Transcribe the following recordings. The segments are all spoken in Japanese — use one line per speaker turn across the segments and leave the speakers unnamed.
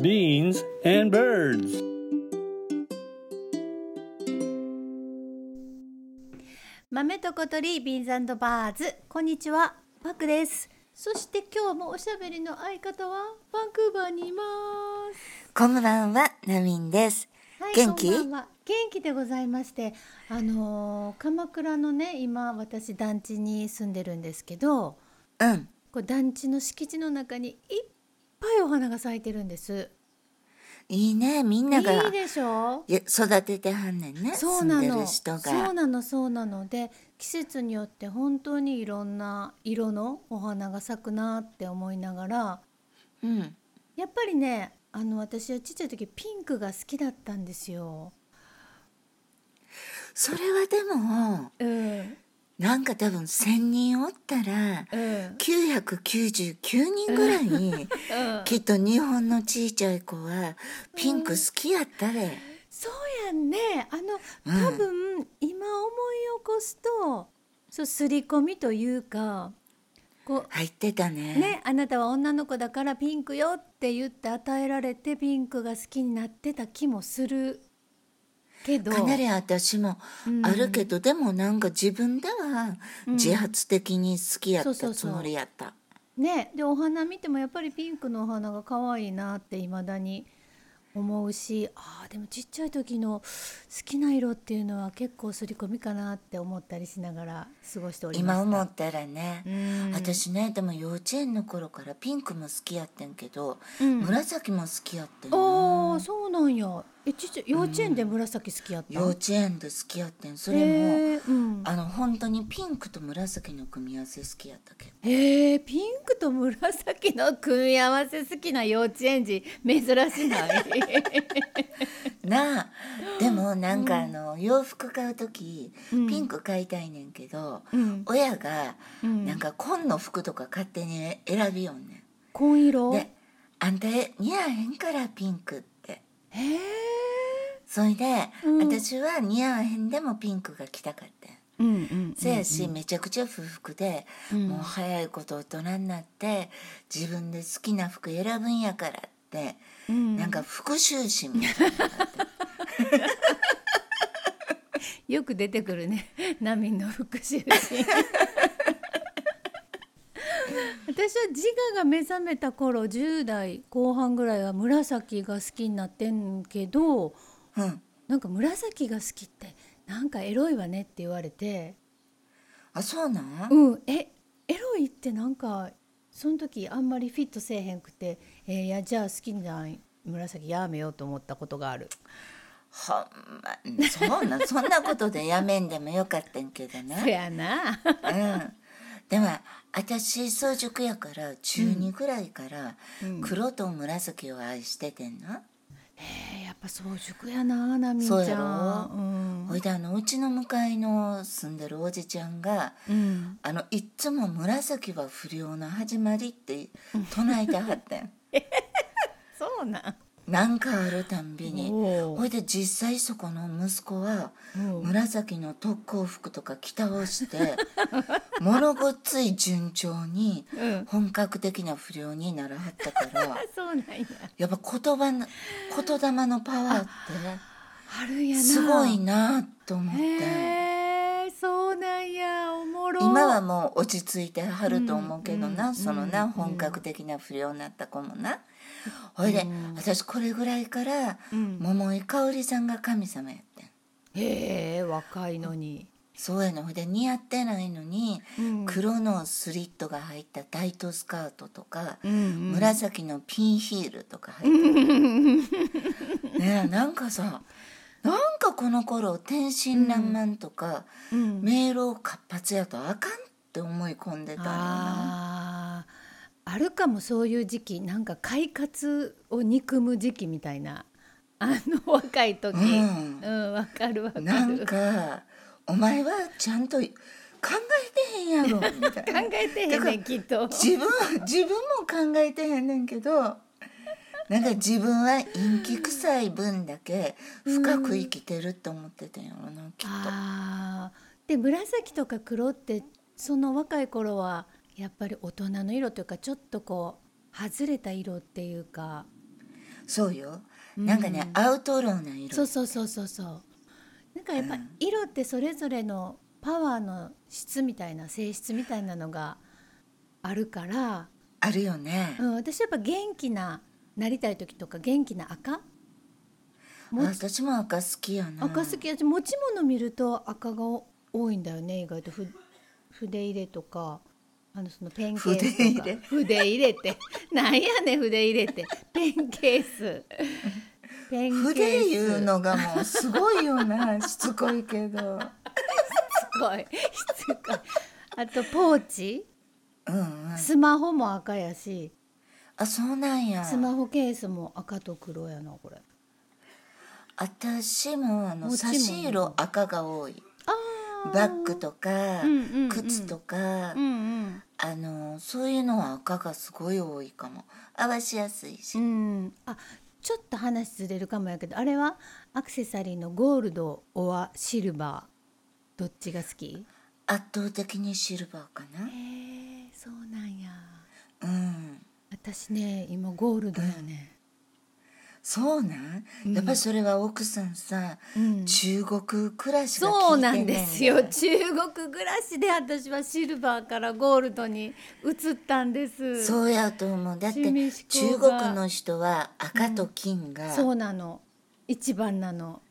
Beans and birds.
豆と小鳥ビーンズバーズこんにちはパクですそして今日もおしゃべりの相方はバンクーバーにいます
こんばんは、ナミンです。
はい
元気
こんばんは元気でございましてあのー鎌倉のね今私団地に住んでるんですけど
うん。
こう団地の敷地の中にいっぱいお花が咲いてるんです
いいね、みんなが
いいでしょ
ゆ育ててはんねんね。
そう
住
なん
でる
の
人
そう
が。
なのそうなので季節によって本当にいろんな色のお花が咲くなって思いながら
うん。
やっぱりねあの私はちっちゃい時ピンクが好きだったんですよ。
それはでも、
うん
なんか多分1000人おったら、
うん
999人ぐらい、きっと日本のちいちゃい子はピンク好きやったで。
そうやんねあの
うん
多分、今思い起こすとそう刷り込みというかこう
入ってたね。
ね、あなたは女の子だからピンクよって言って与えられてピンクが好きになってた気もするけど
かなり私もあるけど、でもなんか自分では自発的に好きやっ
そうそ
た
う
つ
そう
もりやった。
ねでお花見てもやっぱりピンクのお花が可愛いなっていまだに思うしあーでもちっちゃい時の好きな色っていうのは結構すり込みかなって思ったりしながら過ごしておりました
今思ったらね、
うん
私ねでも幼稚園の頃からピンクも好きやってんけど、紫も好きやってんな
ああそうなんやえちっちゃい幼稚園で紫好きやった、
幼稚園で好きやってんそれも、
へえうん
あの本当にピンクと紫の組み合わせ好きやったけど
へえピンクと紫の組み合わせ好きな幼稚園児珍しない
なあでもなんかあの、洋服買う時ピンク買いたいねんけど、
ん
親が
ん
なんか紺の服とか勝手に選びよんね
紺
ん、
色
で「あんた似合えへんからピンク」って。
へえ
それで、
うん
私は似合わへんでもピンクが着たかったん
うんうん
せやし、めちゃくちゃ不服で、
うん
もう早いこと大人になって自分で好きな服選ぶんやからって、
うん
なんか復讐心みたいな
よく出てくるね 「ナミンの復 讐心」私は自我が目覚めた頃10代後半ぐらいは紫が好きになってんけど
うん
なんか紫が好きってなんかエロいわねって言われて
あそうなん、
うんえエロいってなんかその時あんまりフィットせえへんくて、えーいやじゃあ好きなん紫やめようと思ったことがある。
ほんまそうなんそんなことでやめんでもよかったんけ
そ
どね、
やな。
うん、でも私早熟やから中2ぐらいから黒と紫を愛しててんな、
えーやっぱ早熟やなナミンちゃ
そ
ん。
うやろ
うん
ほいであのうちの向かいの住んでるおじちゃんが、
うん、
あのいっつも「紫は不良の始まり」って唱えてはっ てん
そうなん。
なんかあるたんびに
おう
ほいで実際そこの息子は
おう
紫の特攻服とか着倒して 物ごっつい順調に
うん
本格的な不良にならはったから
あそうなんや。
やっぱ言葉の言霊のパワーって
あるやな。
すごいなと思って。
へえそうなんやおもろ。
今はもう落ち着いてはると思うけどな、
うん
そのな、本格的な不良になった子もな、ほいで、私これぐらいから、
うん
桃井かおりさんが神様やってん
へえ若いのに。
そうやのほいで似合ってないのに、
うん
黒のスリットが入ったタイトスカートとか、
うんうん
紫のピンヒールとか入 ってるねえなんかさなんかこの頃天真爛漫とか、
うん
迷路活発やとあかんって思い込んでたのよ
あ
な。
ーあるかもそういう時期なんか快活を憎む時期みたいなあ の若い時。
うん
うんわ、かるわかる。
なんか「お前はちゃんと考えてへんやろ」みたい
考
な
えてへんねんきっと。
自分自分も考えてへんねんけどなんか自分は陰気臭い分だけ深く生きてるって思ってたんやろなきっと。
あーで紫とか黒ってその若い頃はやっぱり大人の色というかちょっとこう外れた色っていうか
そうよなんかね、アウトローな色
そうそうそうそうそうなんかやっぱ色ってそれぞれのパワーの質みたいな性質みたいなのがあるから、
あるよね、
うん、私やっぱ元気ななりたい時とか元気な赤も
あ私も赤好きやな
赤好きやし持ち物見ると赤が多いんだよね意外とふ筆入れとかあのそのペンケースとか
筆入れ
筆入れって なんやねん筆入れってペンケースペンケース
筆いうのがもうすごいよなしつこいけ ど
すごいしつこいあとポーチ
うんうん
スマホも赤やし
あそうなんや
スマホケースも赤と黒やなこれ
私もあ
お
の
家も
差し色赤が多い
あ
バッグとか、
うんうんうん
靴とか、
うんうん
あのそういうのは赤がすごい多いかも合わしやすいし、
うん、あちょっと話ずれるかもやけどあれはアクセサリーのゴールドオアシルバーどっちが好き
圧倒的にシルバーか
えー、そうなんや
なうん
私ね今ゴールドやね、
そうなん、やっぱりそれは奥さんさ、
うん
中国暮らしが
そ
効
う
いて
な
ね
ん
んね
ですよ中国暮らしで私はシルバーからゴールドに移ったんですう
そうやと思うだって
趣味
中
嗜好が
国の人は赤と金が、
そうなの一番なの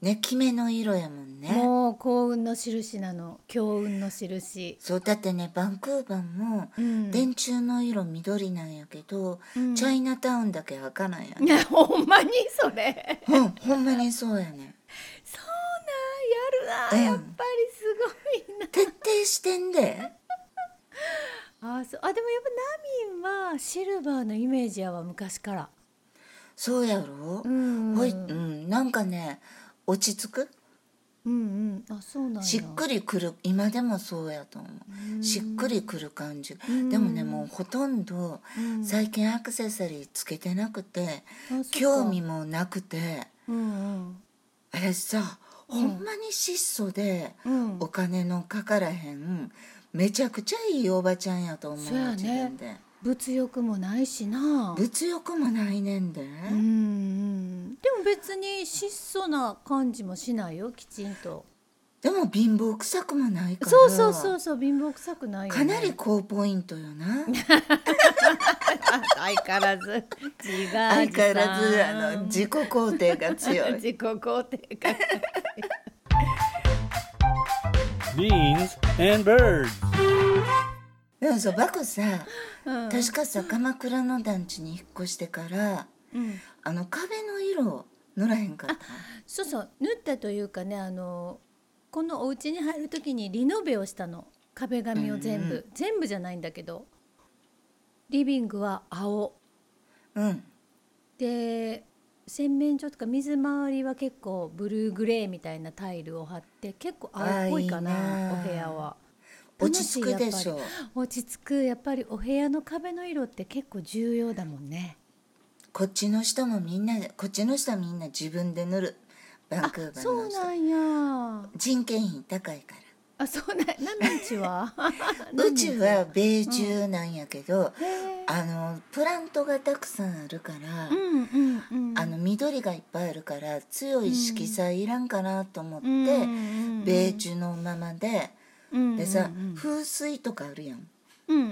ね決めの色やもんね
もう幸運の印なの強運の印
そうだってねバンクーバーも
うん
電柱の色緑なんやけど、
ん
チャイナタウンだけ赤なんや、
いや ほんまにそれ
うん、ほんまにそうやね
そうなんやるな、や
うん
っぱりすごいな
徹底してんで
あそうあでもやっぱナミンはシルバーのイメージやわ昔から
そうやろ、
ん
ほい、
う
うんん、なんかね落ち着く
うんあそうなんや
しっくりくる今でもそうやと思うしっくりくる感じでもねもうほとんど
うん
最近アクセサリーつけてなくて
あそっか
興味もなくて
うん
私さほんまに質素で
うんう
お
ん
金のかからへんめちゃくちゃいいおばちゃんやと思
そうやね
う自分で
物欲もないしな
物欲もないねんで
うんうんでも別に質素な感じもしないよきちんと
でも貧乏臭くもないから
そうそうそうそう貧乏臭くないよ、ね、
かなり高ポイント よな
相変わらず自画
相
自賛
変わらずあの自己肯定が強い
自己肯定感
Beans and birds.
でもさバクさ、
うん
確かさ鎌倉の団地に引っ越してから
うん
あの壁の色塗らへんかった
そうそう縫ったというかねあのこのお家に入る時にリノベをしたの壁紙を全部、全部じゃないんだけどリビングは青
うん
で洗面所とか水回りは結構ブルーグレーみたいなタイルを張って結構青っぽいか
あーいい
な
な
お部屋は
落ち着く
楽
で
い
し
やっ
ょ
ぱり落ち着くやっぱりお部屋の壁の色って結構重要だもんね
こっちの人もみんなこっちの人はみんな自分で塗るバンクーバ
そ
ー
う
の人
なんや
人件費高いか
あそうなんナミンちは
ら うちは米中なんやけど、
へー
あのプラントがたくさんあるから、
うんうんうん
あの緑がいっぱいあるから強い色彩いらんかなと思って、
うんうんうん
米中のままで
うん
でさ、
うん
風水とかあるやん
うんう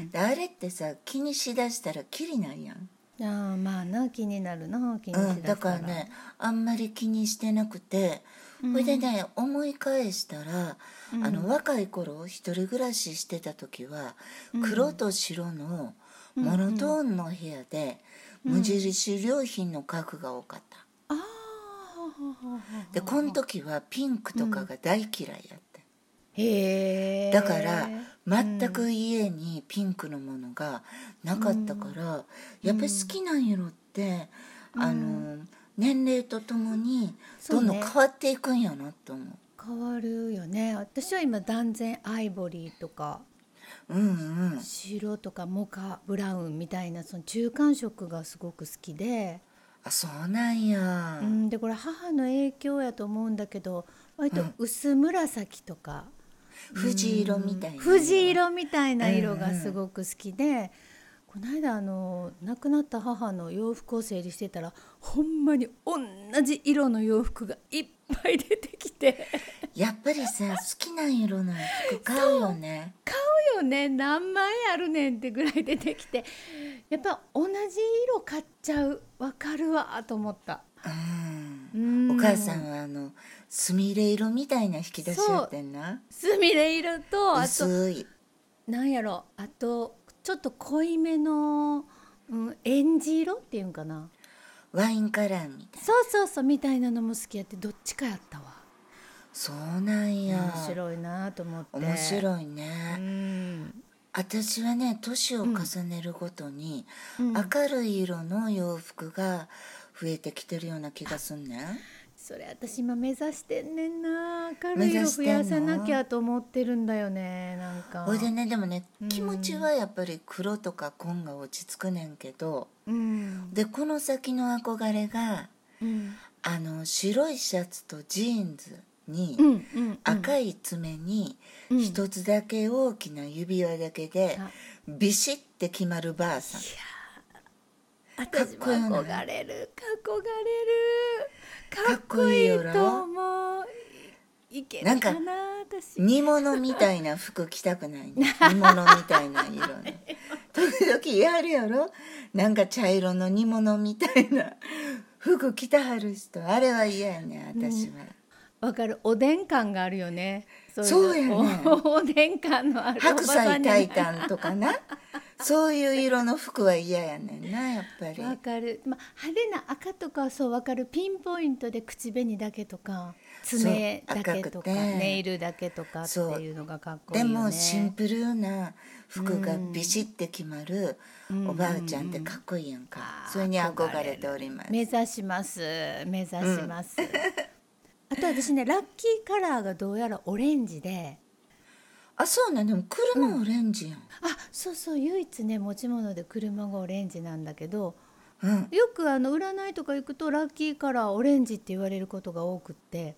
ん
であれってさ気にしだしたらキリないやん、
うんああまあな気になるな気にし
う
だし
ん、
たら
だからねあんまり気にしてなくてそれでね思い返したら、あの若い頃一人暮らししてた時は黒と白のモノトーンの部良で無印良品の家具が多かった。
ああほうほうほうほう
でこの時はピンクとかが大嫌いやって、
へえ
だから全く家にピンクのものがなかったから、やっぱり好きな色って、あの年齢とともに
そ
ど
うんね
どん変わっていくんやなと思う。
変わるよね私は今断然アイボリーとか
うんうん、
白とかモカブラウンみたいなその中間色がすごく好きで、
あそうなんや、
うん、でこれ母の影響やと思うんだけど割と薄紫とか、
藤色みたいな
藤色みたいな色がすごく好きで、この間あの亡くなった母の洋服を整理してたらほんまに同じ色の洋服がいっぱい出てきて
やっぱりさ好きな色の服買うよね
買うよね何枚あるねんってぐらい出てきてやっぱ同じ色買っちゃうわかるわと思った。
うん
うん
お母さんはあのすみれ色みたいな引き出しやってんな
スミレ色とあと
薄い
なんやろあとちょっと濃いめの、うん、エンジ色っていうんかな
ワインカラーみたい
そうそうそうみたいなのも好きやってどっちかやったわ
そうなんや
面白いなと思って
面
い
白いね、
うん
私はね年を重ねるごとに、
うん
明るい色の洋服が増えてきてるような気がすんねん
それ私今目指してんねんな明るい色増やさなきゃと思ってるんだよねなんか
ほいでねでもね
うん
気持ちはやっぱり黒とか紺が落ち着くねんけど
うん
でこの先の憧れが
うん
あの白いシャツとジーンズに
うんうん
赤い爪に
うん
一つだけ大きな指輪だけで
あ
ビシッて決まるばあさん
私も
かっこいいよね
憧れる憧れるか
か
っ
っ
こ
こ
い
いい
い
よな
と思ういいけるかな
なんか
私
煮物みたいな服着たくないね煮物みたいな色 の時々やるやろなんか茶色の煮物みたいな服着たはる人あれは嫌やね私は、
わかるおでん感があるよねそ
そうや
い
ね
のおおでん感のあるおば
白
さん
菜
に
炊いたんとか なそういう色の服は嫌やねんなやっぱり
わかる、まあ、派手な赤とかはそうわかるピンポイントで口紅だけとか爪だけ
そう
と
赤
か
くて
ネイルだけとかって
そう
いうのがかっこいい
で
よね
もシンプルな服がビシッて決まるおばあちゃんってかっこいいやんか、
あー
それに憧れております
目指します目指し ます、あと私ねラッキーカラーがどうやらオレンジで
あそうなんでも車オレンジやん、
あそうそう唯一ね持ち物で車がオレンジなんだけど
うん、
よくあの占いとか行くとラッキーカラーオレンジって言われることが多くって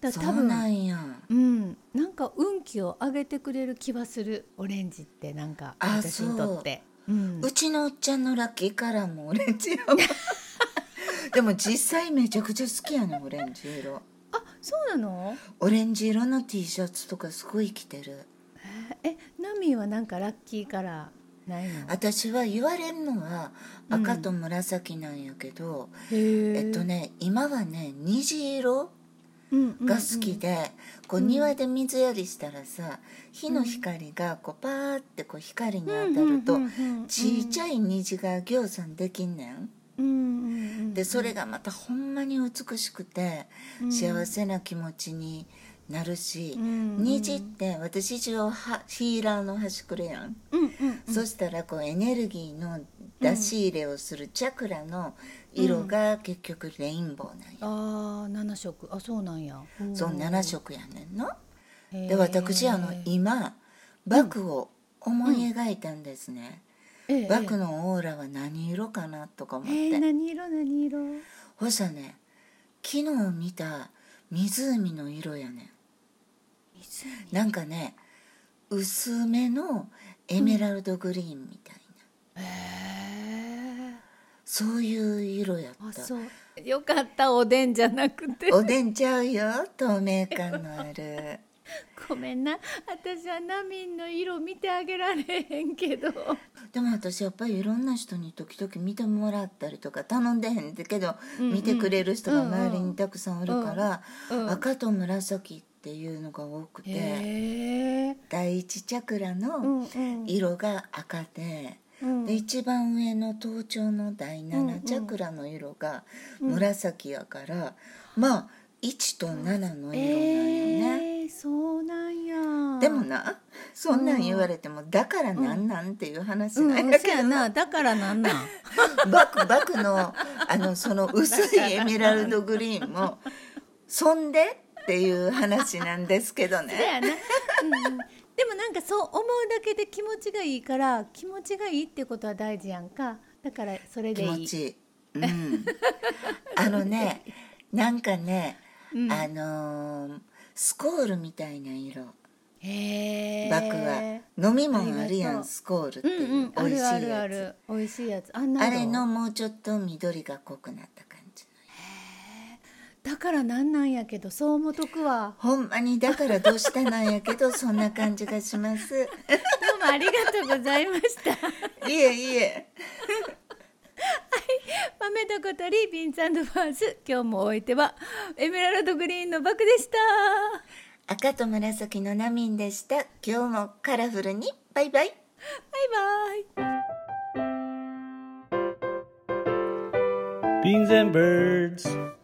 だから多
そう
分
なんや
うん、なんか運気を上げてくれる気はするオレンジってなんか
あ
私にとって。うん、
うちのおっちゃんのラッキーカラーもオレンジや わでも実際めちゃくちゃ好きやねオレンジ色
あそうなの
オレンジ色の T シャツとかすごい着てる
えナミンはなんかラッキーカラーないの
私は言われるのは赤と紫なんやけど、
え
えっとね今はね虹色が好きで、こう庭で水やりしたらさ火の光がこうパーってこう光に当たるとちっちゃい虹がぎょうさんできんねん。
うんうんうん
でそれがまたほんまに美しくて幸せな気持ちになるし、
うん
虹って私一応はヒーラーの端くれやん、
うんうん
そしたらこうエネルギーの出し入れをするチャクラの色が結局レインボーなんや、
あー7色あそうなんや
そう7色やねんの。
へ
で
ー
私あの今バクを思い描いたんですね、
ええ
バクのオーラは何色かなとか思っ
え
て、
ええ何色何色
ほしたらね昨日見た湖の色やねんなんかね薄めのエメラルドグリーンみたい
え
な、
え
そういう色や
あ
った
そうよかったおでんじゃなくて
おでんちゃうよ透明感のある
ごめんな私はナミンの色見てあげられへんけど
でも私やっぱりいろんな人に時々見てもらったりとか頼んでへんけど、見てくれる人が周りにたくさんおるから、
うんうん
赤と紫っていうのが多くて、
へえ
第一チャクラ
うんう
の
ん
色が赤で,、
うん
で一番上の頭頂の第七チャクラの色が紫やから、まあ1と7の色なんよね。
えー、そうなんや
でもなそんなん言われても、だからなんなんっていう話なん
う
やけど、
んそうやなだからなんなん
バクバクのあのその薄いエメラルドグリーンもそんでっていう話なんですけど
だ
ね
よな、うんうん、でもなんかそう思うだけで気持ちがいいから気持ちがいいってことは大事やんかだからそれ
気
でいい
持ちいい、うん、あのねなんかね、あのースコールみたいな色
へえ
バクは飲み物あるや
ありがとうん
スコールって
う
い
んう
う
ん
美
あ
味
る
しいや
あ
つ、
るある美味しいやつあんな
あれのもうちょっと緑が濃くなった感じ
だからなんなんやけどそう思うとくわ
ほんまにだからどうしたなんやけ どそんな感じがします
どうもありがとうございました
いえいえ
豆どことリービンサンドバーズ今日もお相手はエメラルドグリーンのバクでした
赤と紫のナミンでした今日もカラフルにバイバイ
バイバイ
Beans and birds.